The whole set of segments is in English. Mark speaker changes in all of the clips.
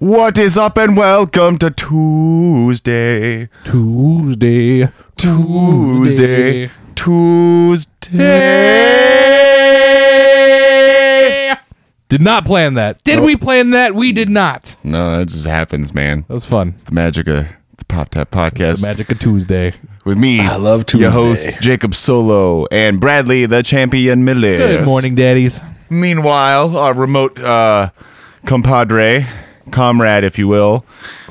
Speaker 1: What is up and welcome to Tuesday.
Speaker 2: Tuesday.
Speaker 1: Tuesday. Tuesday.
Speaker 2: Did not plan that. Did we plan that? We did not.
Speaker 1: No, that just happens, man.
Speaker 2: That was fun.
Speaker 1: It's the magic of the Pop Tap Podcast.
Speaker 2: The magic of Tuesday.
Speaker 1: With me, I love your host, Jacob Solo, and Bradley, the champion Miller.
Speaker 2: Good morning, daddies.
Speaker 1: Meanwhile, our remote uh, compadre, comrade, if you will,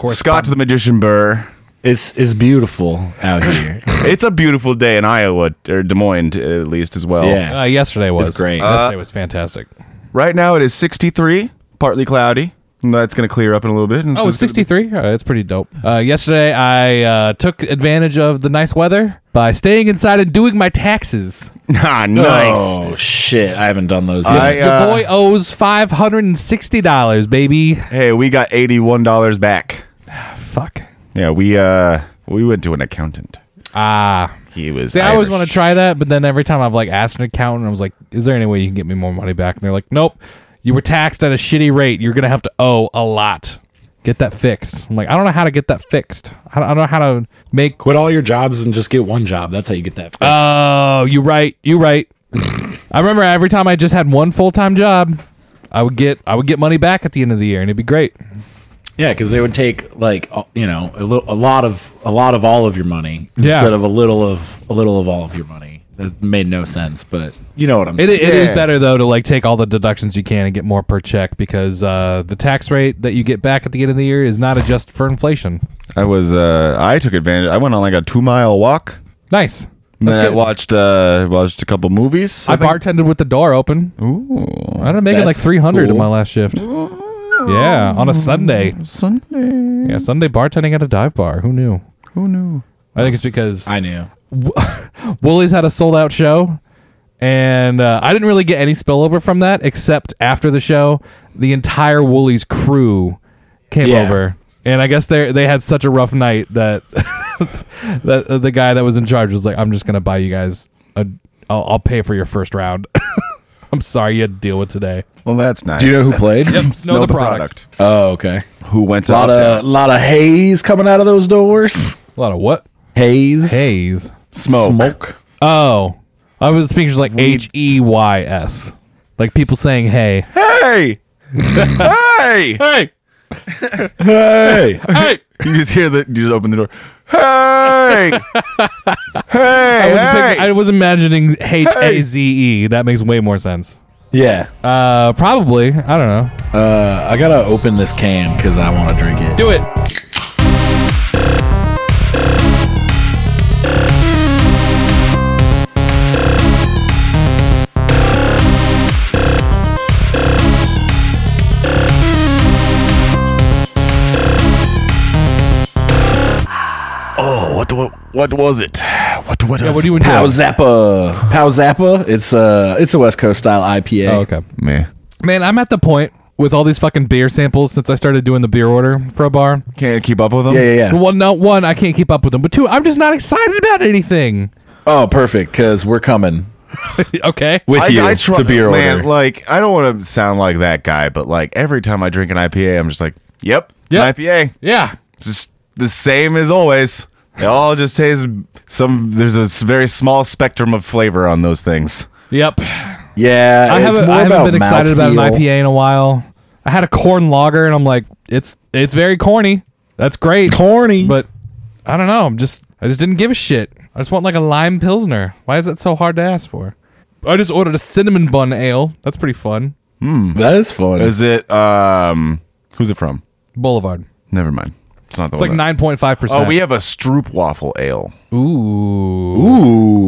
Speaker 1: Scott the Magician Burr.
Speaker 3: It's it's beautiful out here.
Speaker 1: It's a beautiful day in Iowa, or Des Moines, at least, as well.
Speaker 3: Yeah.
Speaker 2: Uh, yesterday was
Speaker 3: It's great.
Speaker 2: Yesterday was fantastic.
Speaker 1: Right now it is 63, partly cloudy. And That's going to clear up in a little bit. And
Speaker 2: Oh, it's 63. Uh, that's pretty dope. Uh, yesterday, I uh, took advantage of the nice weather by staying inside and doing my taxes.
Speaker 1: Ah, nice.
Speaker 3: Oh shit! I haven't done those yet.
Speaker 1: I, uh,
Speaker 2: Your boy owes five hundred and sixty dollars, baby.
Speaker 1: uh, hey, we got $81 back.
Speaker 2: Fuck.
Speaker 1: Yeah, we uh we went to an accountant.
Speaker 2: Ah.
Speaker 1: He was
Speaker 2: See, I always
Speaker 1: Irish.
Speaker 2: want to try that, but then every time I've like asked an accountant, I was like, "Is there any way you can get me more money back?" And they're like, "Nope, you were taxed at a shitty rate. You're gonna have to owe a lot. Get that fixed." I'm like, "I don't know how to get that fixed. I don't, I don't know how to make."
Speaker 3: Quit all your jobs and just get one job. That's how you get that. Fixed.
Speaker 2: Oh, you right, you right. I remember every time I just had one full time job, I would get I would get money back at the end of the year, and it'd be great.
Speaker 3: yeah, because they would take like uh, you know a, li- a lot of a lot of all of your money
Speaker 2: Yeah.
Speaker 3: instead of a little of a little of all of your money. That made no sense, but you know what I'm
Speaker 2: It,
Speaker 3: saying.
Speaker 2: it is
Speaker 1: Yeah.
Speaker 2: better though to like take all the deductions you can and get more per check because uh, the tax rate that you get back at the end of the year is not adjusted for inflation.
Speaker 1: I was uh I took advantage. I went on like a 2-mile walk.
Speaker 2: Nice.
Speaker 1: And
Speaker 2: That's
Speaker 1: then I
Speaker 2: good.
Speaker 1: watched uh watched a couple movies.
Speaker 2: I,
Speaker 1: think.
Speaker 2: bartended with the door open.
Speaker 1: Ooh,
Speaker 2: I ended up making like
Speaker 3: That's
Speaker 2: 300 in
Speaker 3: cool.
Speaker 2: my last shift. Yeah, on a Sunday.
Speaker 1: Sunday.
Speaker 2: Yeah, Sunday bartending at a dive bar. Who knew?
Speaker 1: Who knew?
Speaker 2: I think it's because
Speaker 3: I knew.
Speaker 2: Woolies had a sold out show, and uh, I didn't really get any spillover from that except after the show, the entire Woolies crew came
Speaker 3: Yeah.
Speaker 2: over, and I guess they they had such a rough night that that uh, the guy that was in charge was like, "I'm just gonna buy you guys a, I'll, I'll pay for your first round." I'm sorry you had to deal with today.
Speaker 1: Well, that's nice.
Speaker 3: Do you know who played?
Speaker 2: Snow, the, product.
Speaker 3: Oh, okay.
Speaker 1: Who went
Speaker 3: A
Speaker 1: to
Speaker 3: lot
Speaker 1: Uptown?
Speaker 3: of lot of haze coming out of those doors.
Speaker 2: A lot of what?
Speaker 3: Haze,
Speaker 2: Haze.
Speaker 1: smoke.
Speaker 3: smoke.
Speaker 2: Oh, I was thinking just like H E Y S, like people saying "Hey,
Speaker 1: Hey! hey!
Speaker 2: hey,
Speaker 3: Hey,
Speaker 2: hey."
Speaker 1: You just hear the. You just open the door. Hey! hey!
Speaker 2: I was,
Speaker 1: hey!
Speaker 2: I was imagining H A Z E. That makes way more sense.
Speaker 3: yeah.
Speaker 2: Uh, probably. I don't know.
Speaker 3: Uh, I gotta open this can because I want to drink it.
Speaker 2: Do it.
Speaker 1: oh, what, what what was it? What what
Speaker 2: Yeah,
Speaker 1: was
Speaker 2: what do you enjoy?
Speaker 3: Pow Zappa. Pow Zappa. It's a it's a West Coast style IPA.
Speaker 2: Oh, okay.
Speaker 1: it? Meh.
Speaker 2: Man, I'm at the point with all these fucking beer samples since I started doing the beer order for a bar.
Speaker 1: Can't keep up with them.
Speaker 3: Yeah, yeah, yeah.
Speaker 2: Well, no, one, I can't keep up with them, but two, I'm just not excited about anything.
Speaker 3: Oh, perfect. Because we're coming
Speaker 2: okay.
Speaker 3: with you
Speaker 1: I, I try,
Speaker 3: to beer
Speaker 1: man,
Speaker 3: order.
Speaker 1: like I don't want to sound like that guy, but like every time I drink an IPA, I'm just like, yep, it's an
Speaker 2: Yep.
Speaker 1: IPA,
Speaker 2: Yeah.
Speaker 1: just the same as always. They all just taste some. There's a s- very small spectrum of flavor on those things.
Speaker 2: Yep.
Speaker 3: yeah,
Speaker 2: I
Speaker 3: it's
Speaker 2: haven't,
Speaker 3: more
Speaker 2: I haven't
Speaker 3: about
Speaker 2: been excited about an
Speaker 3: mouthfeel.
Speaker 2: IPA in a while. I had a corn lager, and I'm like, it's it's very corny. That's great,
Speaker 3: Corny,
Speaker 2: but I don't know. I'm just I just didn't give a shit. I just want like a lime pilsner. Why is that so hard to ask for? I just ordered a cinnamon bun ale. That's pretty fun.
Speaker 3: that is fun.
Speaker 1: Is it? Um, who's it from?
Speaker 2: Boulevard.
Speaker 1: Never mind. It's not the
Speaker 2: It's
Speaker 1: one.
Speaker 2: like
Speaker 1: that-
Speaker 2: nine point five percent.
Speaker 1: Oh, we have a Stroop waffle ale,
Speaker 2: Ooh.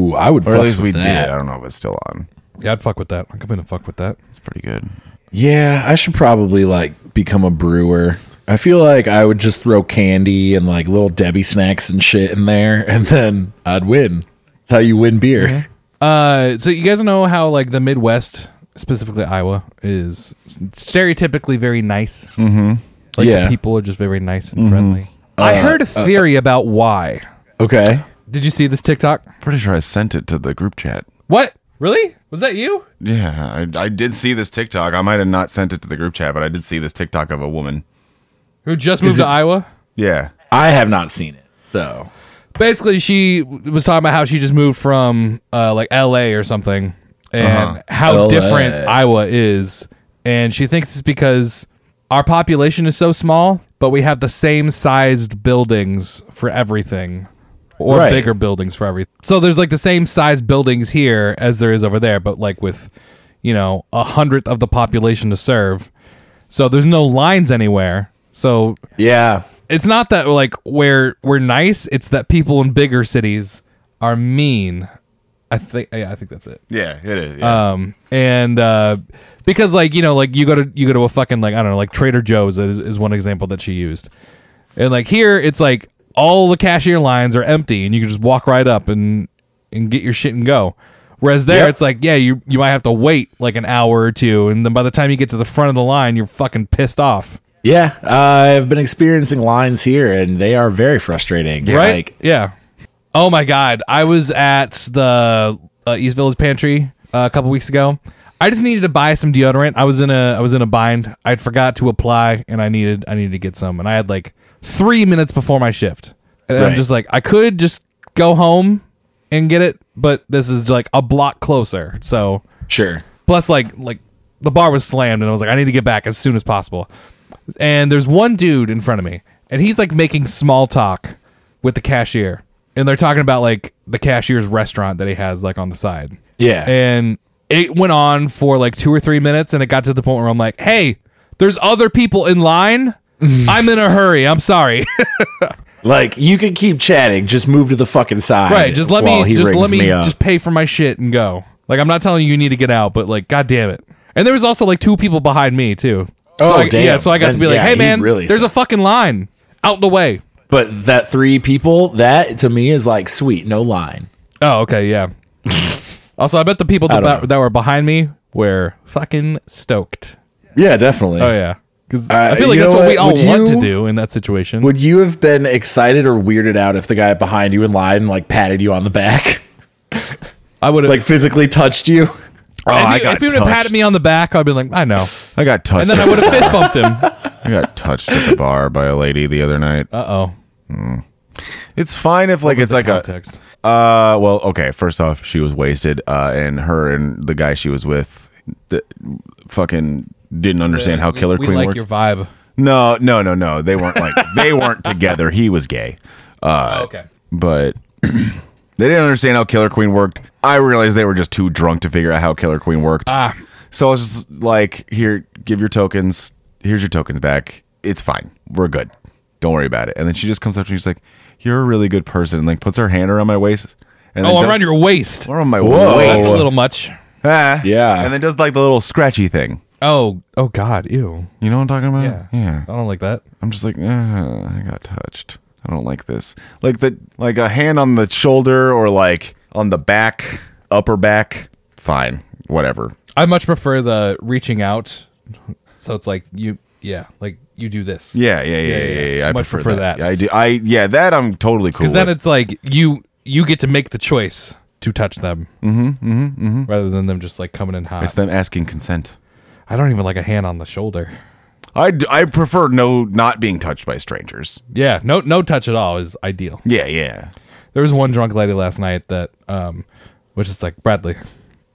Speaker 3: Ooh, I would.
Speaker 1: or
Speaker 3: fucks
Speaker 1: at least
Speaker 3: with
Speaker 1: we
Speaker 3: that.
Speaker 1: did. I don't know if it's still on.
Speaker 2: Yeah, I'd fuck with that. I'm gonna fuck with that.
Speaker 1: It's pretty good.
Speaker 3: Yeah, I should probably like become a brewer. I feel like I would just throw candy and like little Debbie snacks and shit in there, and then I'd win. That's how you
Speaker 2: Mm-hmm.
Speaker 3: win beer.
Speaker 2: Uh, so you guys know how like the Midwest, specifically Iowa, is stereotypically very nice. Mm-hmm. Like the
Speaker 3: Yeah.
Speaker 2: people are just very nice and friendly. I heard a theory about why.
Speaker 3: Okay.
Speaker 2: Did you see this TikTok?
Speaker 1: Pretty sure I sent it to the group chat.
Speaker 2: What? Really? Was that you?
Speaker 1: Yeah, I, I did see this TikTok. I might have not sent it to the group chat, but I did see this TikTok of a woman
Speaker 2: Who just moved to Iowa?
Speaker 1: Yeah.
Speaker 3: I have not seen it, so
Speaker 2: basically she was talking about how she just moved from uh, like LA or something and how
Speaker 3: LA.
Speaker 2: different Iowa is and she thinks it's because our population is so small but we have the same sized buildings for everything or
Speaker 3: Right.
Speaker 2: bigger buildings for everything. So there's like the same size buildings here as there is over there but like with you know a hundredth of the population to serve. So there's no lines anywhere. So
Speaker 3: yeah.
Speaker 2: it's not that like we're we're nice. It's that people in bigger cities are mean. I think yeah, I think that's it.
Speaker 1: Yeah, it is. Yeah.
Speaker 2: Um, and uh, because like you know like you go to you go to a fucking like I don't know like Trader Joe's is, is one example that she used, and like here it's like all the cashier lines are empty and you can just walk right up and and get your shit and go. Whereas there
Speaker 3: Yep.
Speaker 2: it's like yeah you you might have to wait like an hour or two and then by the time you get to the front of the line you're fucking pissed off.
Speaker 3: Yeah, I've been experiencing lines here, and they are very frustrating.
Speaker 2: right?
Speaker 3: Like,
Speaker 2: yeah. Oh my god, I was at the uh, East Village Pantry uh, a couple weeks ago. I just needed to buy some deodorant. I was in a I was in a bind. I would forgot to apply, and I needed I needed to get some. And I had like three minutes before my shift, and I'm
Speaker 3: Right.
Speaker 2: just like I could just go home and get it, but this is like a block closer. So
Speaker 3: sure.
Speaker 2: plus like like the bar was slammed and i was like i need to get back as soon as possible and there's one dude in front of me and he's like making small talk with the cashier and they're talking about like the cashier's restaurant that he has like on the side
Speaker 3: Yeah.
Speaker 2: and it went on for like two or three minutes and it got to the point where i'm like hey there's other people in line i'm in a hurry i'm sorry
Speaker 3: Like you can keep chatting, just move to the fucking side.
Speaker 2: right just let
Speaker 3: while
Speaker 2: me
Speaker 3: he
Speaker 2: just let
Speaker 3: rings
Speaker 2: me,
Speaker 3: up.
Speaker 2: just pay for my shit and go like i'm not telling you you need to get out but like god damn it and there was also like two people behind me too so
Speaker 3: Oh,
Speaker 2: I,
Speaker 3: damn.
Speaker 2: yeah so i got to
Speaker 3: Then,
Speaker 2: be like
Speaker 3: yeah,
Speaker 2: hey
Speaker 3: he
Speaker 2: man
Speaker 3: really
Speaker 2: there's a
Speaker 3: sucked.
Speaker 2: fucking line out the way
Speaker 3: But that three people, that to me is like sweet, no line.
Speaker 2: oh okay yeah also i bet the people that,
Speaker 3: don't know.
Speaker 2: that, were behind me were fucking stoked
Speaker 3: Yeah, definitely.
Speaker 2: oh yeah because
Speaker 3: Uh,
Speaker 2: i feel like
Speaker 3: you
Speaker 2: that's
Speaker 3: know
Speaker 2: what, we
Speaker 3: what?
Speaker 2: all
Speaker 3: Would
Speaker 2: want to
Speaker 3: you-
Speaker 2: do in that situation
Speaker 3: Would you have been excited or weirded out if the guy behind you in line like patted you on the back,
Speaker 2: i would have
Speaker 3: like physically touched you?
Speaker 1: oh, I
Speaker 2: if you,
Speaker 1: got
Speaker 2: if you would have
Speaker 1: touched.
Speaker 2: patted me on the back i'd been like i know
Speaker 1: I got touched.
Speaker 2: and then i
Speaker 1: at-
Speaker 2: would have fist bumped him
Speaker 1: I got touched at the bar by a lady the other night.
Speaker 2: uh-oh
Speaker 1: It's fine if like it's like
Speaker 2: context
Speaker 1: a uh well okay first off she was wasted uh and her and the guy she was with th- fucking didn't understand how Oh, Killer
Speaker 2: we,
Speaker 1: Queen
Speaker 2: we like
Speaker 1: worked.
Speaker 2: your vibe
Speaker 1: no no no no they weren't like they weren't together he was gay
Speaker 2: okay
Speaker 1: but they didn't understand how Killer Queen worked. I realized they were just too drunk to figure out how Killer Queen worked.
Speaker 2: Ah.
Speaker 1: So I was just like, here, give your tokens. Here's your tokens back. It's fine. We're good. Don't worry about it. And then she just comes up to me. She's like, you're a really good person. And like puts her hand around my waist. And
Speaker 2: Oh,
Speaker 1: then
Speaker 2: around
Speaker 1: does-
Speaker 2: your waist. Oh,
Speaker 1: around my
Speaker 3: Whoa.
Speaker 1: waist.
Speaker 2: That's a little much.
Speaker 1: Ah.
Speaker 3: Yeah.
Speaker 1: And then does like the little scratchy thing.
Speaker 2: Oh, oh God, ew.
Speaker 1: You know what I'm talking about?
Speaker 2: Yeah,
Speaker 1: Yeah.
Speaker 2: I don't like that.
Speaker 1: I'm just like, "Uh, I got touched. I don't like this. Like the like a hand on the shoulder or like on the back, upper back. Fine, whatever.
Speaker 2: I much prefer the reaching out. So it's like you, yeah, like you do this.
Speaker 1: Yeah, yeah, yeah, yeah.
Speaker 2: yeah.
Speaker 1: yeah, I
Speaker 2: Much prefer that.
Speaker 1: I do. I yeah, that I'm totally cool.
Speaker 2: Because then
Speaker 1: with.
Speaker 2: it's like you, you get to make the choice to touch them. Mm-hmm. Mm-hmm. Rather than them just like coming in hot.
Speaker 1: it's them asking consent.
Speaker 2: I don't even like a hand on the shoulder.
Speaker 1: I, d- I prefer no not being touched by strangers.
Speaker 2: Yeah, no, no touch at all is ideal.
Speaker 1: Yeah, yeah.
Speaker 2: There was one drunk lady last night that um was just like, Bradley,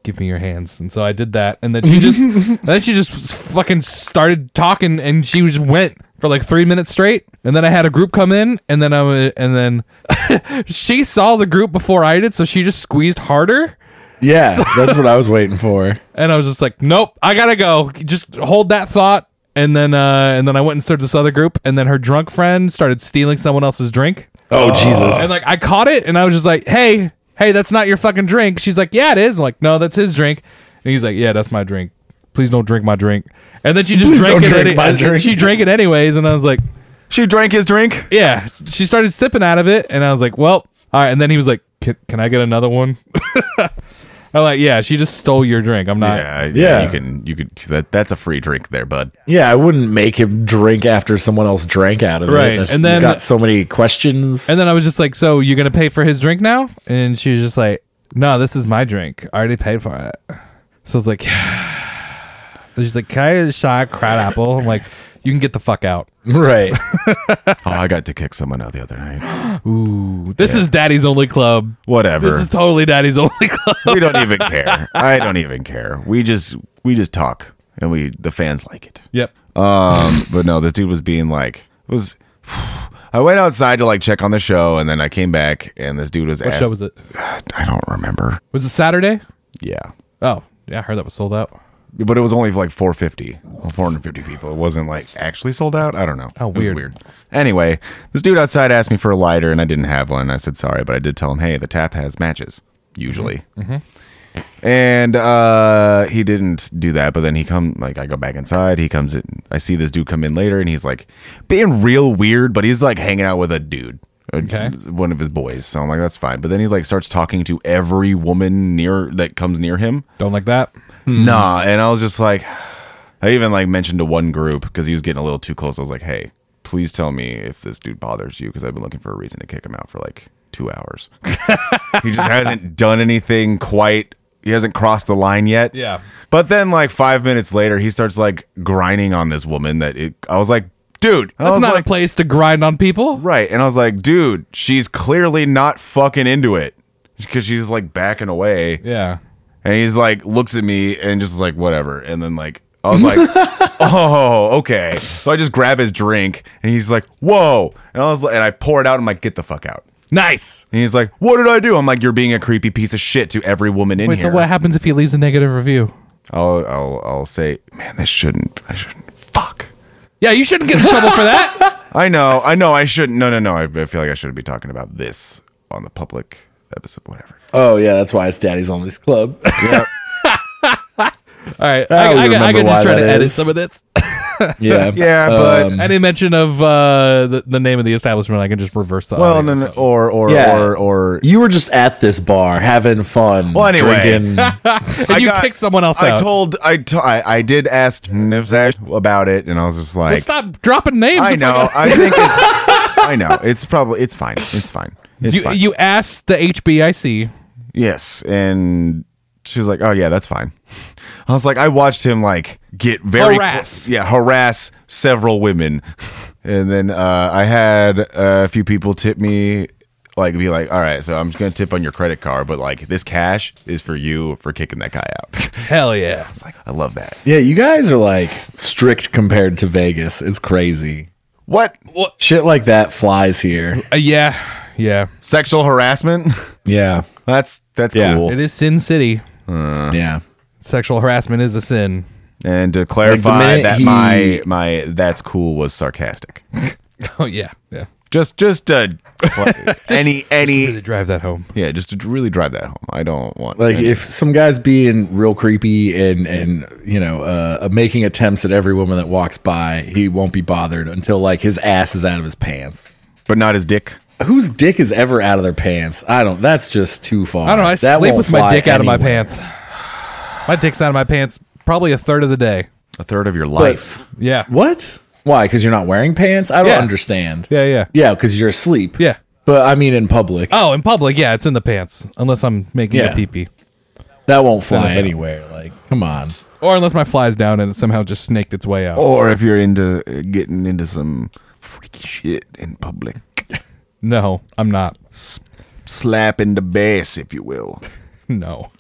Speaker 2: give me your hands. And so I did that and then she just and then she just fucking started talking and she just went for like three minutes straight. And then I had a group come in and then I wa- and then she saw the group before I did, so she just squeezed harder.
Speaker 3: Yeah, that's what I was waiting for.
Speaker 2: And I was just like, Nope, I gotta go. Just hold that thought. And then uh and then I went and served this other group and then her drunk friend started stealing someone else's drink.
Speaker 3: Oh Jesus!
Speaker 2: And like I caught it and I was just like, "Hey, hey, that's not your fucking drink." She's like, "Yeah, it is." I'm like, "No, that's his drink." And he's like, "Yeah, that's my drink. Please don't drink my drink." And then she just drank
Speaker 3: don't
Speaker 2: it.
Speaker 3: drink
Speaker 2: any-
Speaker 3: my
Speaker 2: and- and
Speaker 3: drink.
Speaker 2: She drank it anyways, and I was like,
Speaker 1: She drank his drink.
Speaker 2: "Yeah." She started sipping out of it, and I was like, "Well, all right." And then he was like, "Can, can I get another one?" I'm like, "Yeah, she just stole your drink. I'm not."
Speaker 1: Yeah,
Speaker 3: Yeah.
Speaker 1: You can you could that that's a free drink there, bud.
Speaker 3: Yeah, I wouldn't make him drink after someone else drank out of
Speaker 2: Right,
Speaker 3: it. That's
Speaker 2: and then-
Speaker 3: got so many questions.
Speaker 2: And then I was just like, "So you're gonna pay for his drink now?" And she was just like, "No, this is my drink. I already paid for it." So I was like, and "She's like, can I just try a crab apple?" I'm like, you can get the fuck out.
Speaker 3: Right.
Speaker 1: Oh, I got to kick someone out the other night.
Speaker 2: This is Daddy's only club.
Speaker 1: Whatever.
Speaker 2: This is totally Daddy's only club.
Speaker 1: we don't even care. I don't even care. We just we just talk, and we the fans like it.
Speaker 2: Yep.
Speaker 1: Um, but no, this dude was being like was. I went outside to like check on the show, and then I came back, and this dude was.
Speaker 2: What show was it?
Speaker 1: I don't remember.
Speaker 2: Was it Saturday?
Speaker 1: Yeah,
Speaker 2: Oh, yeah, I heard that was sold out.
Speaker 1: but it was only for like 450 or 450 people it wasn't like actually sold out i don't know
Speaker 2: Oh,
Speaker 1: It was
Speaker 2: weird.
Speaker 1: anyway this dude outside asked me for a lighter and i didn't have one i said sorry but i did tell him hey the tap has matches usually
Speaker 2: Mm-hmm.
Speaker 1: and uh he didn't do that but then he come like i go back inside he comes in i see this dude come in later and he's like being real weird but he's like hanging out with a dude
Speaker 2: Okay.
Speaker 1: one of his boys so i'm like that's fine but then he like starts talking to every woman near that comes near him
Speaker 2: Don't like that.
Speaker 1: Nah, and I was just like, I even like mentioned to one group because he was getting a little too close. I was like, hey, please tell me if this dude bothers you because I've been looking for a reason to kick him out for like two hours. he just hasn't done anything quite. He hasn't crossed the line yet.
Speaker 2: Yeah.
Speaker 1: But then, like five minutes later, he starts like grinding on this woman. That it, I was like, dude, I
Speaker 2: That's
Speaker 1: was
Speaker 2: not
Speaker 1: like,
Speaker 2: a place to grind on people.
Speaker 1: Right. And I was like, dude, she's clearly not fucking into it because she's like backing away.
Speaker 2: Yeah.
Speaker 1: And he's like, looks at me and just is like, whatever. And then like, I was like, oh, okay. So I just grab his drink and he's like, whoa. And I was like, and I pour it out. I'm like, get the fuck out.
Speaker 2: Nice.
Speaker 1: And he's like, what did I do? I'm like, you're being a creepy piece of shit to every woman in
Speaker 2: Wait,
Speaker 1: here.
Speaker 2: so what happens if he leaves a negative review?
Speaker 1: I'll, I'll, I'll say, man, this shouldn't, I shouldn't. Fuck.
Speaker 2: Yeah, you shouldn't get in trouble for that.
Speaker 1: I know, I know, I shouldn't. No, no, no. I, I feel like I shouldn't be talking about this on the public episode, whatever.
Speaker 3: Oh yeah, that's why it's Daddy's on this club.
Speaker 2: All right. I,
Speaker 3: I
Speaker 2: I, I,
Speaker 3: remember
Speaker 2: could
Speaker 3: why
Speaker 2: just try to
Speaker 3: that
Speaker 2: edit
Speaker 3: is.
Speaker 2: some of this.
Speaker 3: yeah.
Speaker 1: Yeah, but
Speaker 2: I didn't Mm-hmm. mention of uh, the, the name of the establishment. I can just reverse the.
Speaker 1: well,
Speaker 2: audio.
Speaker 1: no, no, or or
Speaker 3: Yeah.
Speaker 1: or or
Speaker 3: You were just at this bar having fun.
Speaker 1: Well, anyway.
Speaker 3: drinking.
Speaker 2: and you pick someone else
Speaker 1: I
Speaker 2: out.
Speaker 1: told I to- I I did ask Nivzash about it, and I was just like,
Speaker 2: Stop dropping names.
Speaker 1: I
Speaker 2: It's like
Speaker 1: know, I think it's, I know, it's probably it's fine, it's fine, it's
Speaker 2: you,
Speaker 1: fine.
Speaker 2: you asked the HBIC.
Speaker 1: yes, and she was like, oh yeah, that's fine. I was like, I watched him like get very
Speaker 2: Harass.
Speaker 1: yeah, harass several women, and then uh, I had a few people tip me. Like be like, all right, so I'm just gonna tip on your credit card, but like this cash is for you for kicking that guy out.
Speaker 2: Hell yeah.
Speaker 1: It's like I love that.
Speaker 3: yeah, you guys are like strict compared to Vegas. It's crazy.
Speaker 1: What
Speaker 3: Shit like that flies here.
Speaker 2: Uh, yeah. Yeah.
Speaker 1: sexual harassment?
Speaker 3: Yeah.
Speaker 1: That's that's
Speaker 3: Yeah.
Speaker 1: cool.
Speaker 2: It is Sin City. Uh-huh.
Speaker 3: yeah.
Speaker 2: Sexual harassment is a sin.
Speaker 1: And to clarify
Speaker 3: minute
Speaker 1: that
Speaker 3: he-
Speaker 1: my my that's cool was sarcastic.
Speaker 2: Oh yeah. Yeah.
Speaker 1: Just just uh any any
Speaker 2: Really drive that home.
Speaker 1: yeah, just to really drive that home. I don't want
Speaker 3: Like if some guy's being real creepy and and you know uh, making attempts at every woman that walks by, he won't be bothered until like his ass is out of his pants.
Speaker 1: but not his dick.
Speaker 3: Whose dick is ever out of their pants? I don't. That's just too far.
Speaker 2: I don't know. I
Speaker 3: That
Speaker 2: sleep
Speaker 3: won't
Speaker 2: with my
Speaker 3: fly
Speaker 2: dick out of my
Speaker 3: anywhere.
Speaker 2: pants. My dick's out of my pants probably a third of the day.
Speaker 1: A third of your
Speaker 3: But
Speaker 1: life.
Speaker 2: Yeah.
Speaker 3: what? Why? Because you're not wearing pants? I don't
Speaker 2: Yeah.
Speaker 3: understand.
Speaker 2: Yeah, yeah.
Speaker 3: Yeah, because you're asleep.
Speaker 2: Yeah.
Speaker 3: But I mean, in public,
Speaker 2: Oh, in public, yeah, it's in the pants. Unless I'm making
Speaker 3: Yeah.
Speaker 2: a pee pee.
Speaker 3: that won't fly
Speaker 2: it's out.
Speaker 3: anywhere. Like, come on.
Speaker 2: Or unless my fly's down and it somehow just snaked its way out.
Speaker 1: or if you're into uh, getting into some freaky shit in public.
Speaker 2: No, I'm not.
Speaker 1: Slap in the bass, if you will.
Speaker 2: No.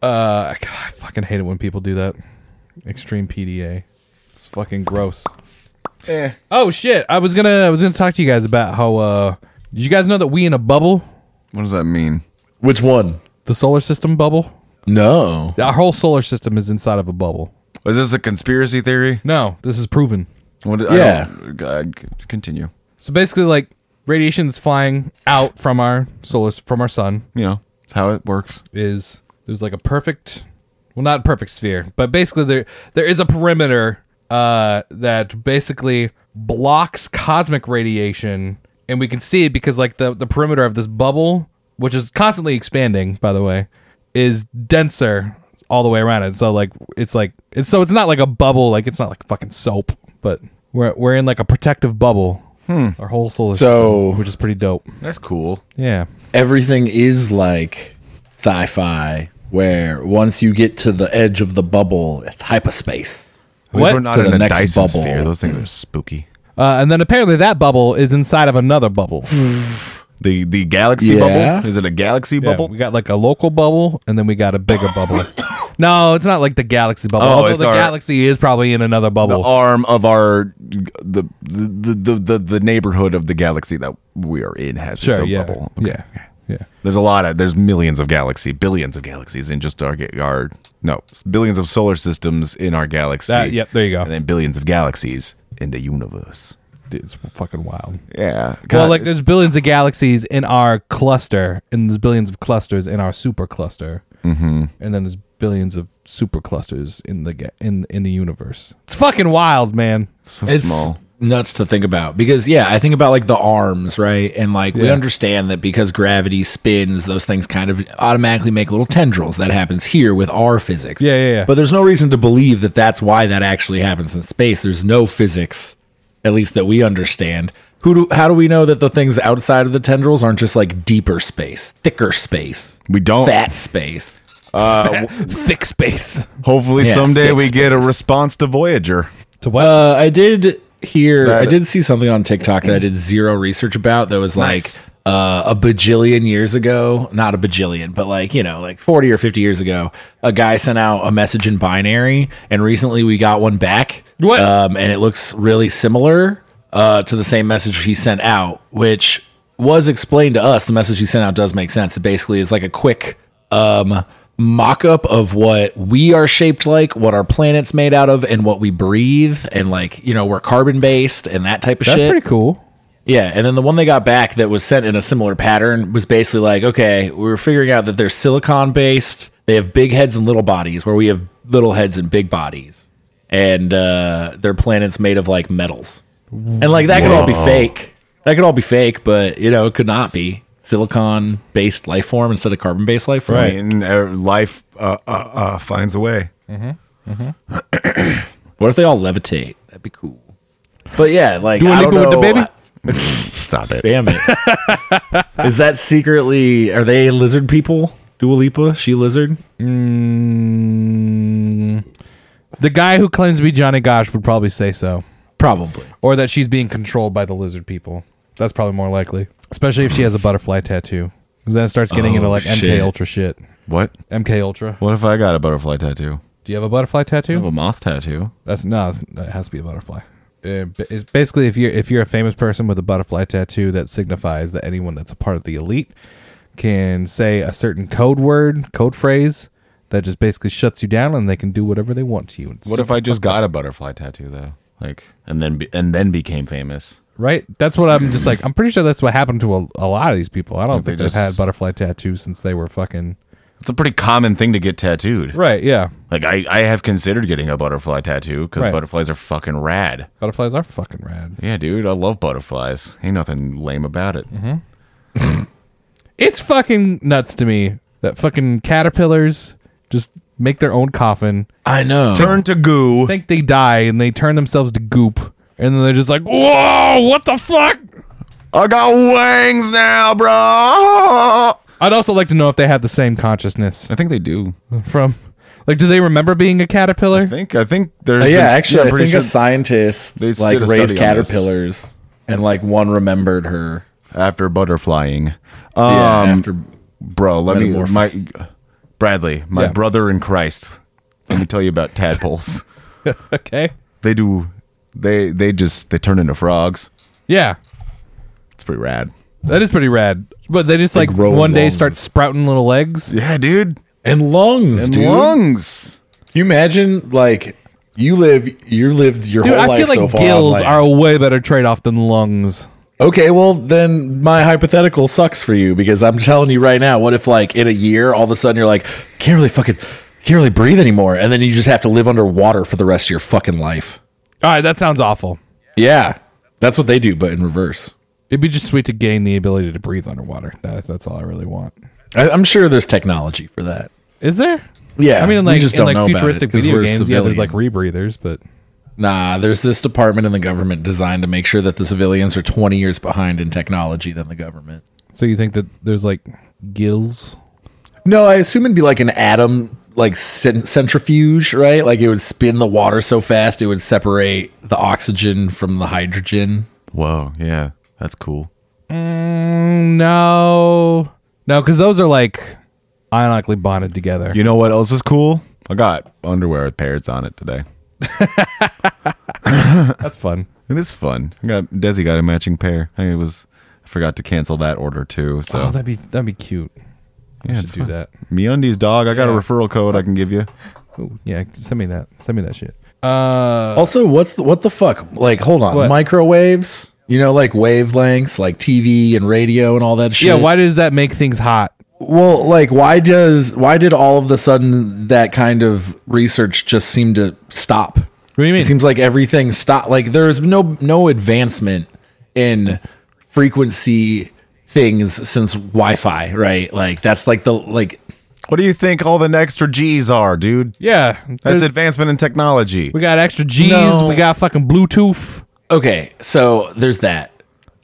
Speaker 2: Uh, God, I fucking hate it when people do that. Extreme PDA. It's fucking gross. Oh shit! I was gonna I was gonna talk to you guys about how uh did you guys know that we in a bubble,
Speaker 1: What does that mean?
Speaker 3: Which one?
Speaker 2: the solar system bubble.
Speaker 3: No.
Speaker 2: Our whole solar system is inside of a bubble.
Speaker 1: Is this a conspiracy theory?
Speaker 2: No, this is proven.
Speaker 1: What,
Speaker 3: Yeah.
Speaker 1: Uh, continue.
Speaker 2: So basically, like radiation that's flying out from our solar from our sun
Speaker 1: You know, it's how it works.
Speaker 2: is there's like a perfect well not a perfect sphere but basically there there is a perimeter uh that basically blocks cosmic radiation and we can see it because like the the perimeter of this bubble which is constantly expanding by the way is denser all the way around it so like it's like it's so it's not like a bubble like it's not like fucking soap but we're we're in like a protective bubble our whole solar
Speaker 3: So-
Speaker 2: system which is pretty dope
Speaker 1: That's cool.
Speaker 2: yeah
Speaker 3: Everything is like sci fi, where once you get to the edge of the bubble, it's hyperspace.
Speaker 1: At least
Speaker 2: What?
Speaker 1: We're not
Speaker 3: To
Speaker 1: in
Speaker 3: the
Speaker 1: a
Speaker 3: next
Speaker 1: Dyson
Speaker 3: bubble.
Speaker 1: sphere. Those things are spooky.
Speaker 2: Uh, and then apparently that bubble is inside of another bubble.
Speaker 1: The the galaxy
Speaker 3: Yeah.
Speaker 1: bubble? Is it a galaxy
Speaker 2: Yeah,
Speaker 1: bubble?
Speaker 2: we got like a local bubble, and then we got a bigger bubble. No, it's not like the galaxy bubble.
Speaker 1: Oh,
Speaker 2: Although
Speaker 1: it's
Speaker 2: the
Speaker 1: our-
Speaker 2: galaxy is probably in another
Speaker 1: the
Speaker 2: bubble.
Speaker 1: arm of our the the, the the the neighborhood of the galaxy that we are in has its
Speaker 2: sure,
Speaker 1: own
Speaker 2: yeah,
Speaker 1: bubble. Okay.
Speaker 2: yeah, yeah.
Speaker 1: There's a lot of there's millions of galaxies, billions of galaxies in just our ga- our no billions of solar systems in our galaxy.
Speaker 2: That- yep, there you go.
Speaker 1: And then billions of galaxies in the universe.
Speaker 2: Dude, it's fucking wild.
Speaker 1: Yeah.
Speaker 2: well,
Speaker 1: God,
Speaker 2: like
Speaker 1: it's-
Speaker 2: there's billions of galaxies in our cluster, and there's billions of clusters in our supercluster, mm-hmm. and then there's billions of superclusters in the ga- in in the universe. It's fucking wild, man.
Speaker 1: so
Speaker 3: it's
Speaker 1: small.
Speaker 3: nuts to think about because yeah i think about like the arms right and like we
Speaker 2: Yeah.
Speaker 3: understand that because gravity spins those things kind of automatically make little tendrils that happens here with our physics
Speaker 2: Yeah, yeah, yeah.
Speaker 3: but there's no reason to believe that that's why that actually happens in space there's no physics at least that we understand who do, how do we know that the things outside of the tendrils aren't just like deeper space thicker space
Speaker 1: We don't.
Speaker 3: fat space
Speaker 2: Thick space.
Speaker 1: Hopefully
Speaker 3: Yeah,
Speaker 1: someday
Speaker 3: thick
Speaker 1: we get a
Speaker 3: space.
Speaker 1: response to Voyager.
Speaker 2: To what?
Speaker 3: Uh, I did hear,
Speaker 1: That-
Speaker 3: I did see something on TikTok that I did zero research about that was like
Speaker 1: Nice.
Speaker 3: uh, a bajillion years ago, not a bajillion, but like, you know, like 40 or 50 years ago, a guy sent out a message in binary, and recently we got one back.
Speaker 2: What?
Speaker 3: Um, and it looks really similar uh, to the same message he sent out, which was explained to us. The message he sent out does make sense. It basically is like a quick um, mock up of what we are shaped like, what our planet's made out of, and what we breathe. And like, you know, we're carbon based and that type of
Speaker 2: That's
Speaker 3: shit.
Speaker 2: pretty cool.
Speaker 3: Yeah, and then the one they got back that was sent in a similar pattern was basically like, okay, we are figuring out that they're silicon based. They have big heads and little bodies, where we have little heads and big bodies, and uh, their planet's made of like metals, and like that could all be fake. That could all be fake, but you know it could not be silicon based life form instead of carbon based life form.
Speaker 2: Right.
Speaker 1: And uh, life uh, uh, uh, finds a way.
Speaker 3: What if they all levitate? That'd be cool. But yeah, like
Speaker 2: Dua
Speaker 3: I don't
Speaker 2: Lipa with the
Speaker 3: know.
Speaker 2: baby?
Speaker 1: Stop it.
Speaker 3: Damn it. Is that secretly are they lizard people? Dua Lipa, she lizard?
Speaker 2: The guy who claims to be Johnny Gosh would probably say so,
Speaker 3: Probably.
Speaker 2: or that she's being controlled by the lizard people. That's probably more likely, especially if she has a butterfly tattoo. 'Cause Then it starts getting into
Speaker 3: Oh,
Speaker 2: like MK
Speaker 3: shit.
Speaker 2: Ultra shit.
Speaker 1: What?
Speaker 2: MK Ultra.
Speaker 1: What if I got a butterfly tattoo?
Speaker 2: Do you have a butterfly
Speaker 1: I have
Speaker 2: tattoo?
Speaker 1: a moth tattoo.
Speaker 2: That's no, it's, it has to be a butterfly. Uh, ba- It's basically if you're if you're a famous person with a butterfly tattoo, that signifies that anyone that's a part of the elite can say a certain code word, code phrase that just basically shuts you down, and they can do whatever they want to you. It's
Speaker 1: What if I just got a butterfly tattoo though? Like and then be, and then became famous.
Speaker 2: right? That's what I'm just like. I'm pretty sure that's what happened to a, a lot of these people. I don't
Speaker 1: They
Speaker 2: think they've
Speaker 1: just-
Speaker 2: had butterfly tattoos since they were fucking
Speaker 1: It's a pretty common thing to get tattooed.
Speaker 2: right. Yeah,
Speaker 1: Like I, I have considered getting a butterfly tattoo because
Speaker 2: Right.
Speaker 1: butterflies are fucking rad.
Speaker 2: butterflies are fucking rad.
Speaker 1: Yeah, dude, I love butterflies. Ain't nothing lame about it.
Speaker 2: It's fucking nuts to me that fucking caterpillars just make their own coffin.
Speaker 3: I know.
Speaker 1: Turn to goo.
Speaker 2: think they die and they turn themselves to goop and then they're just like whoa what the fuck
Speaker 1: I got wings now, bro. I
Speaker 2: i'd also like to know if they have the same consciousness
Speaker 1: think they do.
Speaker 2: from like do they remember being a
Speaker 1: I
Speaker 2: caterpillar
Speaker 1: think I think there's
Speaker 3: Uh, yeah,
Speaker 1: been-
Speaker 3: actually
Speaker 1: I'm
Speaker 3: I
Speaker 1: pretty
Speaker 3: think a
Speaker 1: sure
Speaker 3: scientist
Speaker 1: They
Speaker 3: like
Speaker 1: did a
Speaker 3: raised
Speaker 1: study on this.
Speaker 3: caterpillars and like one remembered her
Speaker 1: after butterflying.
Speaker 3: yeah,
Speaker 1: Um,
Speaker 3: after
Speaker 1: bro, let me my
Speaker 3: Metamorphosis.
Speaker 1: Bradley, my
Speaker 2: Yeah.
Speaker 1: brother in Christ. Let me tell you about tadpoles.
Speaker 2: okay
Speaker 1: they do they they just they turn into frogs
Speaker 2: yeah
Speaker 1: it's pretty rad
Speaker 2: that is pretty rad but they just like,
Speaker 3: Like roll
Speaker 2: one day
Speaker 3: lungs.
Speaker 2: start sprouting little legs
Speaker 1: yeah dude
Speaker 3: and lungs,
Speaker 1: and
Speaker 3: dude.
Speaker 1: lungs
Speaker 3: Can you imagine like you live you lived your
Speaker 2: dude
Speaker 3: whole
Speaker 2: i
Speaker 3: life
Speaker 2: feel like
Speaker 3: so far on
Speaker 2: gills
Speaker 3: land.
Speaker 2: are a way better trade-off than lungs
Speaker 3: Okay, well then my hypothetical sucks for you because I'm telling you right now, what if like in a year all of a sudden you're like can't really fucking can't really breathe anymore and then you just have to live underwater for the rest of your fucking life.
Speaker 2: all right that sounds awful
Speaker 3: Yeah. That's what they do but in reverse.
Speaker 2: it'd be just sweet to gain the ability to breathe underwater that, that's all i really want
Speaker 3: I, I'm sure there's technology for that.
Speaker 2: is there
Speaker 3: Yeah,
Speaker 2: i mean in
Speaker 3: we
Speaker 2: like,
Speaker 3: just
Speaker 2: in
Speaker 3: don't
Speaker 2: like
Speaker 3: know about it
Speaker 2: futuristic
Speaker 3: 'cause
Speaker 2: video
Speaker 3: we're
Speaker 2: games yeah there's like
Speaker 3: civilians.
Speaker 2: rebreathers but
Speaker 3: Nah, there's this department in the government designed to make sure that the civilians are 20 years behind in technology than the government.
Speaker 2: So you think that there's like gills?
Speaker 3: No, I assume it'd be like an atom like cen- centrifuge, right? Like it would spin the water so fast it would separate the oxygen from the hydrogen.
Speaker 1: Whoa, yeah, that's cool.
Speaker 3: Mm,
Speaker 2: No, no, because those are like ionically bonded together.
Speaker 1: You know what else is cool? I got underwear with parrots on it today.
Speaker 2: That's fun.
Speaker 1: It is fun. I got Desi got a matching pair. I was I forgot to cancel that order too. So
Speaker 2: Oh, that'd be that'd be cute.
Speaker 1: yeah,
Speaker 2: should
Speaker 1: it's
Speaker 2: do
Speaker 1: fun.
Speaker 2: that.
Speaker 1: MeUndies dog. I got a
Speaker 2: Yeah.
Speaker 1: referral code I can give you.
Speaker 2: Ooh, yeah, send me that. Send me that shit. Uh,
Speaker 3: Also, what's the, what the fuck? Like, hold on,
Speaker 2: What?
Speaker 3: microwaves. You know, like wavelengths, like TV and radio and all that shit.
Speaker 2: yeah. Why does that make things hot?
Speaker 3: Well, like, why does why did all of the sudden that kind of research just seem to stop?
Speaker 2: What do you mean?
Speaker 3: It seems like everything stopped. Like there's no no advancement in frequency things since Wi-Fi, right? Like that's like the like
Speaker 1: What do you think all the extra G's are, dude?
Speaker 2: yeah,
Speaker 1: That's
Speaker 2: there's-
Speaker 1: advancement in technology.
Speaker 2: We got extra G's.
Speaker 3: No.
Speaker 2: We got fucking Bluetooth.
Speaker 3: okay. So there's that.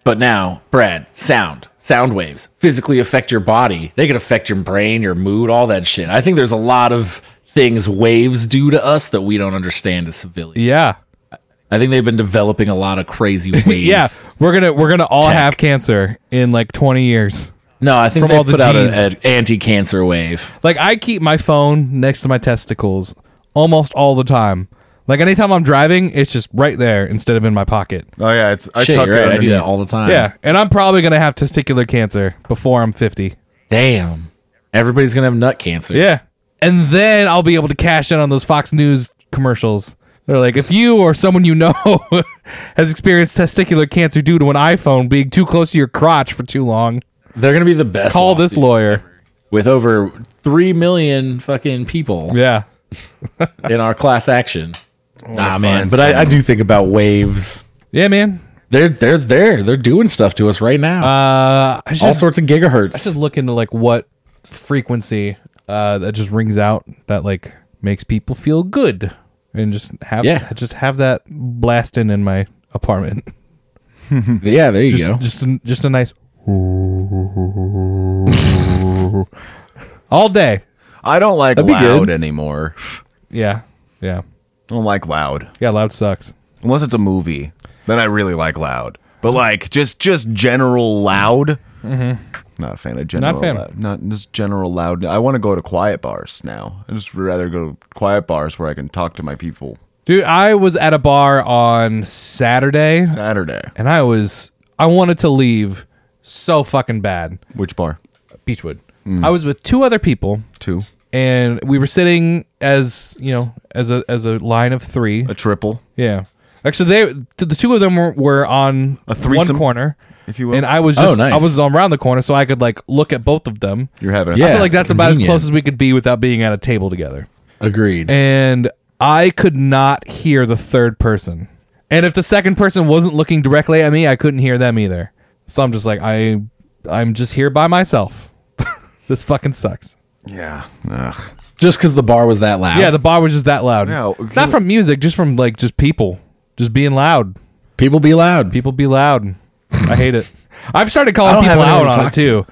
Speaker 3: But now, Brad, sound sound waves physically affect your body. They can affect your brain, your mood, all that shit. I think there's a lot of things waves do to us that we don't understand as civilians.
Speaker 2: Yeah,
Speaker 3: I think they've been developing a lot of crazy waves.
Speaker 2: yeah. We're gonna we're gonna all
Speaker 3: Tech.
Speaker 2: have cancer in like 20 years.
Speaker 3: No, I think
Speaker 2: From
Speaker 3: they
Speaker 2: all
Speaker 3: have
Speaker 2: the
Speaker 3: put out
Speaker 2: Gs.
Speaker 3: an anti-cancer wave.
Speaker 2: Like I keep my phone next to my testicles almost all the time. Like anytime I'm driving, it's just right there instead of in my pocket.
Speaker 1: Oh yeah, it's I
Speaker 3: Shit,
Speaker 1: tuck
Speaker 3: you're
Speaker 1: it
Speaker 3: right. I do
Speaker 1: underneath.
Speaker 3: that all the time.
Speaker 2: Yeah, and I'm probably gonna have testicular cancer before I'm 50.
Speaker 3: Damn. Everybody's gonna have nut cancer.
Speaker 2: Yeah, and then I'll be able to cash in on those Fox News commercials. They're like, if you or someone you know has experienced testicular cancer due to an iPhone being too close to your crotch for too long,
Speaker 3: They're gonna be the best.
Speaker 2: call this
Speaker 3: lawsuit
Speaker 2: lawyer.
Speaker 3: with over three million fucking people
Speaker 2: Yeah.
Speaker 3: in our class action. Nah, man.
Speaker 1: find
Speaker 3: But I, I
Speaker 1: some-
Speaker 3: do think about waves.
Speaker 2: Yeah, man.
Speaker 3: They're they're there. They're doing stuff to us right now.
Speaker 2: Uh, I should,
Speaker 3: All sorts of gigahertz.
Speaker 2: should look into like what frequency uh, that just rings out that like makes people feel good and just have
Speaker 3: Yeah.
Speaker 2: just have that blasting in my apartment.
Speaker 3: yeah, there you
Speaker 2: Just
Speaker 3: go.
Speaker 2: just a, just a nice all day.
Speaker 1: I don't like
Speaker 3: That'd be
Speaker 1: loud
Speaker 3: good.
Speaker 1: anymore.
Speaker 2: Yeah. Yeah.
Speaker 1: I don't like loud
Speaker 2: Yeah, loud sucks.
Speaker 1: unless it's a movie. Then I really like loud. But like just just general loud.
Speaker 3: Mm-hmm.
Speaker 1: Not a fan of general.
Speaker 2: Not a fan.
Speaker 1: Loud. Not just general loud. I want to go to quiet bars now. I just rather go to quiet bars where I can talk to my people.
Speaker 2: Dude, I was at a bar on Saturday
Speaker 1: Saturday.
Speaker 2: and I was I wanted to leave so fucking bad.
Speaker 1: Which bar?
Speaker 2: Beechwood. I was with two other people,
Speaker 1: Two.
Speaker 2: and we were sitting as you know, as a as a line of three.
Speaker 1: A triple.
Speaker 2: Yeah, actually, they t- the two of them were, were on
Speaker 1: A threesome,
Speaker 2: one corner,
Speaker 1: if you will.
Speaker 2: and I was
Speaker 3: Oh,
Speaker 2: just
Speaker 3: nice.
Speaker 2: I was on around the corner, so I could like look at both of them.
Speaker 1: You're having. A
Speaker 2: I
Speaker 3: Yeah.
Speaker 2: feel like that's about as
Speaker 3: convenient.
Speaker 2: close as we could be without being at a table together.
Speaker 3: Agreed.
Speaker 2: And I could not hear the third person, and if the second person wasn't looking directly at me, I couldn't hear them either. So I'm just like I I'm just here by myself. this fucking sucks.
Speaker 1: Yeah. Ugh.
Speaker 3: just because the bar was that loud.
Speaker 2: Yeah, the bar was just that loud.
Speaker 1: Yeah, okay.
Speaker 2: Not from music, just from like just people just being loud.
Speaker 3: people be loud.
Speaker 2: People be loud. I hate it. I've started
Speaker 3: I
Speaker 2: calling
Speaker 3: don't
Speaker 2: people
Speaker 3: have anyone
Speaker 2: out
Speaker 3: to
Speaker 2: on it
Speaker 3: talk to.
Speaker 2: too.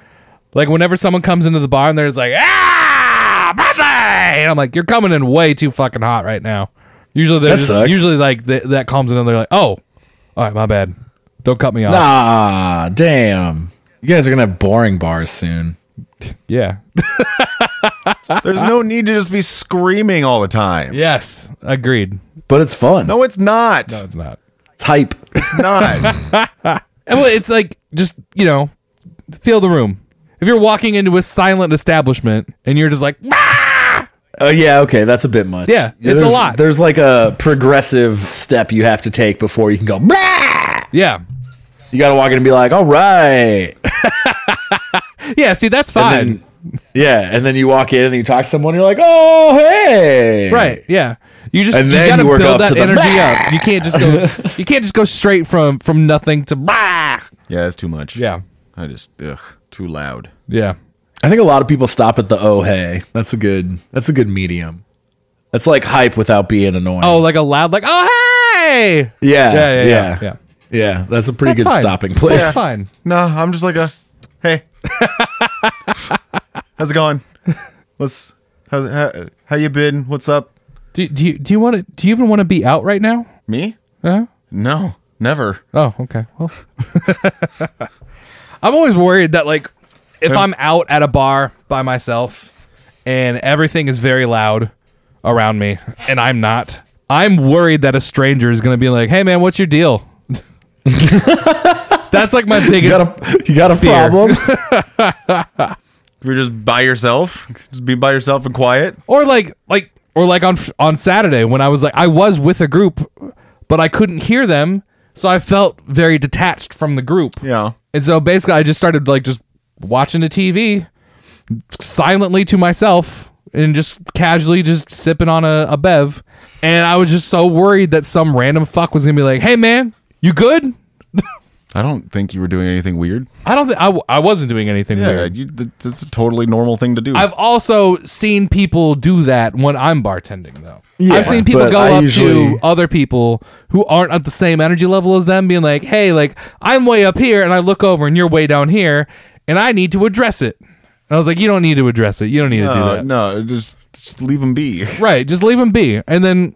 Speaker 2: Like whenever someone comes into the bar and they're just like, ah, brother, and I'm like, you're coming in way too fucking hot right now. Usually they're
Speaker 3: That
Speaker 2: just
Speaker 3: sucks.
Speaker 2: usually like th- that calms in and they're like, oh, all right, my bad. Don't cut me off.
Speaker 3: Ah, damn. You guys are gonna have boring bars soon.
Speaker 2: Yeah.
Speaker 3: Ah,
Speaker 1: There's no need to just be screaming all the time.
Speaker 2: yes. Agreed.
Speaker 3: But it's fun.
Speaker 1: No, it's not.
Speaker 2: No, it's not.
Speaker 3: It's hype.
Speaker 1: It's not.
Speaker 2: And, Well, it's like just you know, feel the room. If you're walking into a silent establishment and you're just like, "Ah!"
Speaker 3: Oh yeah, okay, that's a bit much.
Speaker 2: Yeah, it's a
Speaker 3: there's-
Speaker 2: lot.
Speaker 3: There's like a progressive step you have to take before you can go. "Bah!"
Speaker 2: yeah,
Speaker 3: You got to walk in and be like, "All right."
Speaker 2: yeah. See, that's fine,
Speaker 3: And then, yeah, and then you walk in and you talk to someone. You're like, "Oh hey."
Speaker 2: right? Yeah, you just
Speaker 3: And
Speaker 2: you
Speaker 3: then
Speaker 2: gotta
Speaker 3: you work
Speaker 2: build
Speaker 3: up
Speaker 2: that
Speaker 3: to the
Speaker 2: energy
Speaker 3: "Bah!"
Speaker 2: up. You can't just go. you can't just go straight from from nothing to bah.
Speaker 1: yeah, it's too much.
Speaker 2: Yeah,
Speaker 1: I just ugh, too loud.
Speaker 2: yeah.
Speaker 3: I think a lot of people stop at the "Oh hey." That's a good. That's a good medium. That's like hype without being annoying.
Speaker 2: Oh, like a loud like oh hey. yeah, yeah,
Speaker 3: yeah, yeah,
Speaker 2: yeah. yeah.
Speaker 3: Yeah, That's a pretty
Speaker 2: That's
Speaker 3: good
Speaker 2: fine.
Speaker 3: stopping place.
Speaker 2: That's fine.
Speaker 1: No, I'm just like a hey. How's it going? Let's How, how, how you been? What's up?
Speaker 2: Do, do you do you want to do you even want to be out right now?
Speaker 1: Me?
Speaker 2: Uh-huh.
Speaker 1: No, never.
Speaker 2: Oh, okay. Well, I'm always worried that like if I'm out at a bar by myself and everything is very loud around me and I'm not, I'm worried that a stranger is going to be like, "Hey man, what's your deal?" That's like my biggest
Speaker 3: you got a
Speaker 2: Fear.
Speaker 3: problem?
Speaker 1: If you're just by yourself, just be by yourself and quiet.
Speaker 2: or like like or like on on Saturday when I was like I was with a group, but I couldn't hear them, so I felt very detached from the group.
Speaker 1: Yeah.
Speaker 2: And so basically, I just started like just watching the TV silently to myself and just casually just sipping on a, a bev. And I was just so worried that some random fuck was gonna be like, "Hey man, you good?"
Speaker 1: I don't think you were doing anything weird.
Speaker 2: I don't think I, w- I wasn't doing anything
Speaker 1: Yeah,
Speaker 2: weird.
Speaker 1: you, th- that's a totally normal thing to do.
Speaker 2: I've also seen people do that when I'm bartending though.
Speaker 3: Yeah,
Speaker 2: I've seen people
Speaker 3: but
Speaker 2: go
Speaker 3: I
Speaker 2: up
Speaker 3: usually-
Speaker 2: to other people who aren't at the same energy level as them being like, "Hey, like I'm way up here and I look over and you're way down here and I need to address it." And I was like, "You don't need to address it. You don't need to do
Speaker 1: Uh,
Speaker 2: that."
Speaker 1: no, just, just leave them be.
Speaker 2: Right, just leave them be. And then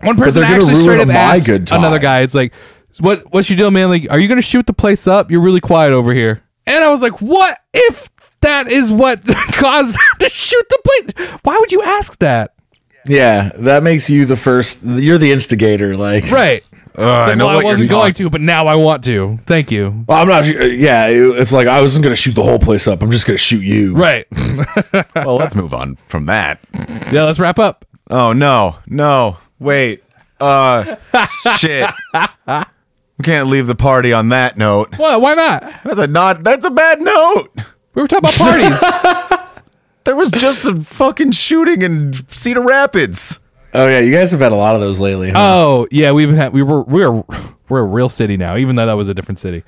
Speaker 2: one person
Speaker 3: they're gonna
Speaker 2: actually straight up
Speaker 3: ruin my
Speaker 2: asked
Speaker 3: good time.
Speaker 2: another guy, it's like, "What what's your deal, man? Like are you going to shoot the place up? You're really quiet over here." And I was like, "What if that is what caused them to shoot the place? Why would you ask that?"
Speaker 3: yeah, that makes you the first. You're the instigator. Like,
Speaker 2: Right. It's like,
Speaker 1: I know
Speaker 2: well, I
Speaker 1: what you're
Speaker 2: wasn't going to, but now I want to. Thank you.
Speaker 3: Well, I'm not. uh, Yeah, it's like I wasn't gonna shoot the whole place up. I'm just gonna shoot you.
Speaker 2: Right.
Speaker 1: well, let's move on from that.
Speaker 2: yeah, let's wrap up.
Speaker 1: Oh no, no, wait, uh, shit. We can't leave the party on that note.
Speaker 2: Well, why not?
Speaker 1: That's a not. That's a bad note.
Speaker 2: We were talking about parties.
Speaker 1: There was just a fucking shooting in Cedar Rapids.
Speaker 3: Oh yeah, you guys have had a lot of those lately. huh?
Speaker 2: oh, yeah, we've had we were we were we're a real city now, even though that was a different city.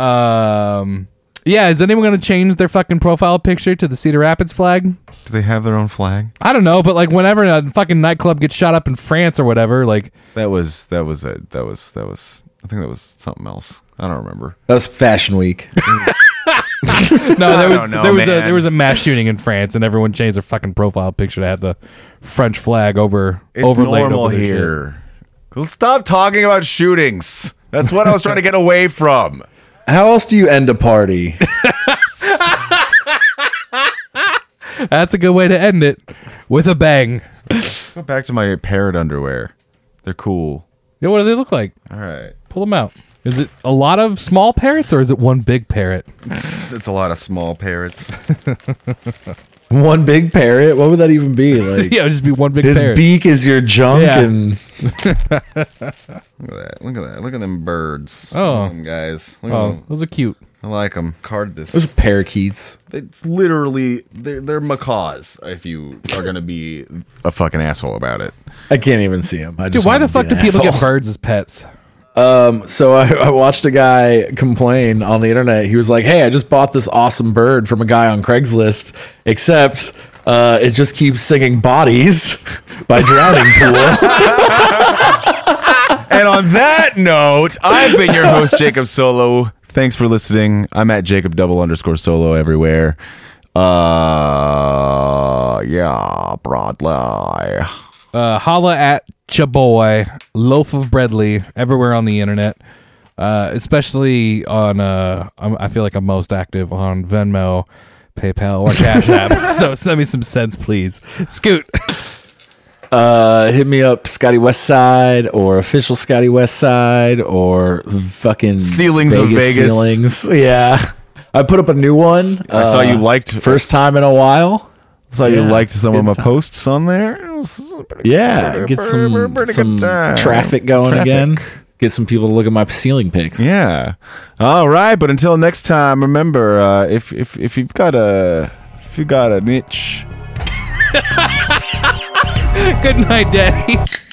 Speaker 2: Um yeah, is anyone going to change their fucking profile picture to the Cedar Rapids flag?
Speaker 1: Do they have their own flag?
Speaker 2: I don't know, but like whenever a fucking nightclub gets shot up in France or whatever, like
Speaker 1: That was that was a that was that was I think that was something else. I don't remember.
Speaker 3: That's Fashion Week.
Speaker 2: no, there
Speaker 1: don't
Speaker 2: was
Speaker 1: know,
Speaker 2: there was a
Speaker 1: man.
Speaker 2: there was a mass shooting in France, and everyone changed their fucking profile picture to have the French flag over
Speaker 1: It's
Speaker 2: overlaid
Speaker 1: normal
Speaker 2: over their shit.
Speaker 1: here. Let's Stop talking about shootings. That's what I was trying to get away from.
Speaker 3: How else do you end a party?
Speaker 2: That's a good way to end it with a bang.
Speaker 1: Go back to my parrot underwear. They're cool.
Speaker 2: Yeah, what do they look like?
Speaker 1: All right.
Speaker 2: Pull them out. Is it a lot of small parrots or is it one big parrot?
Speaker 1: It's a lot of small parrots.
Speaker 3: One big parrot? What would that even be? Like
Speaker 2: yeah, it would just be one big
Speaker 3: his
Speaker 2: parrot.
Speaker 3: beak is your junk
Speaker 2: Yeah.
Speaker 3: and
Speaker 1: Look at that. Look at that. Look at them birds.
Speaker 2: Oh.
Speaker 1: Look at them guys. Look at
Speaker 2: oh,
Speaker 1: them.
Speaker 2: those are cute.
Speaker 1: I like them. Card this.
Speaker 3: those are parakeets.
Speaker 1: It's literally they're they're macaws if you are going to be a fucking asshole about it.
Speaker 3: I can't even see them. I
Speaker 2: Dude,
Speaker 3: just
Speaker 2: why the
Speaker 3: wanna be
Speaker 2: fuck do
Speaker 3: an
Speaker 2: people get
Speaker 3: asshole.
Speaker 2: birds as pets?
Speaker 3: So I, I watched a guy complain on the internet. He was like, "Hey, I just bought this awesome bird from a guy on Craigslist, except uh, it just keeps singing bodies by drowning pool."
Speaker 1: And on that note, I've been your host, Jacob Solo. Thanks for listening. I'm at Jacob double underscore solo everywhere. Uh, yeah, broadly.
Speaker 2: Uh, holla at Chaboy, Loaf of Breadly, everywhere on the internet. Uh, especially on, uh, I'm, I feel like I'm most active on Venmo, PayPal, or Cash App. so send me some cents, please. Scoot.
Speaker 3: uh, hit me up, Scotty Westside, or official Scotty Westside, or fucking
Speaker 1: Ceilings of Vegas.
Speaker 3: ceilings. Yeah, I put up a new one. uh,
Speaker 1: I saw you liked.
Speaker 3: first time in a while.
Speaker 1: saw you
Speaker 3: yeah,
Speaker 1: liked some of
Speaker 3: good
Speaker 1: my
Speaker 3: time.
Speaker 1: posts on there. It was pretty-
Speaker 3: Yeah, get some,
Speaker 1: pretty good
Speaker 3: some
Speaker 1: time.
Speaker 3: traffic going again. Get some people to look at my ceiling pics.
Speaker 1: Yeah. All right, but until next time, remember uh, if if if you've got a if you got a niche.
Speaker 2: Good night, daddies.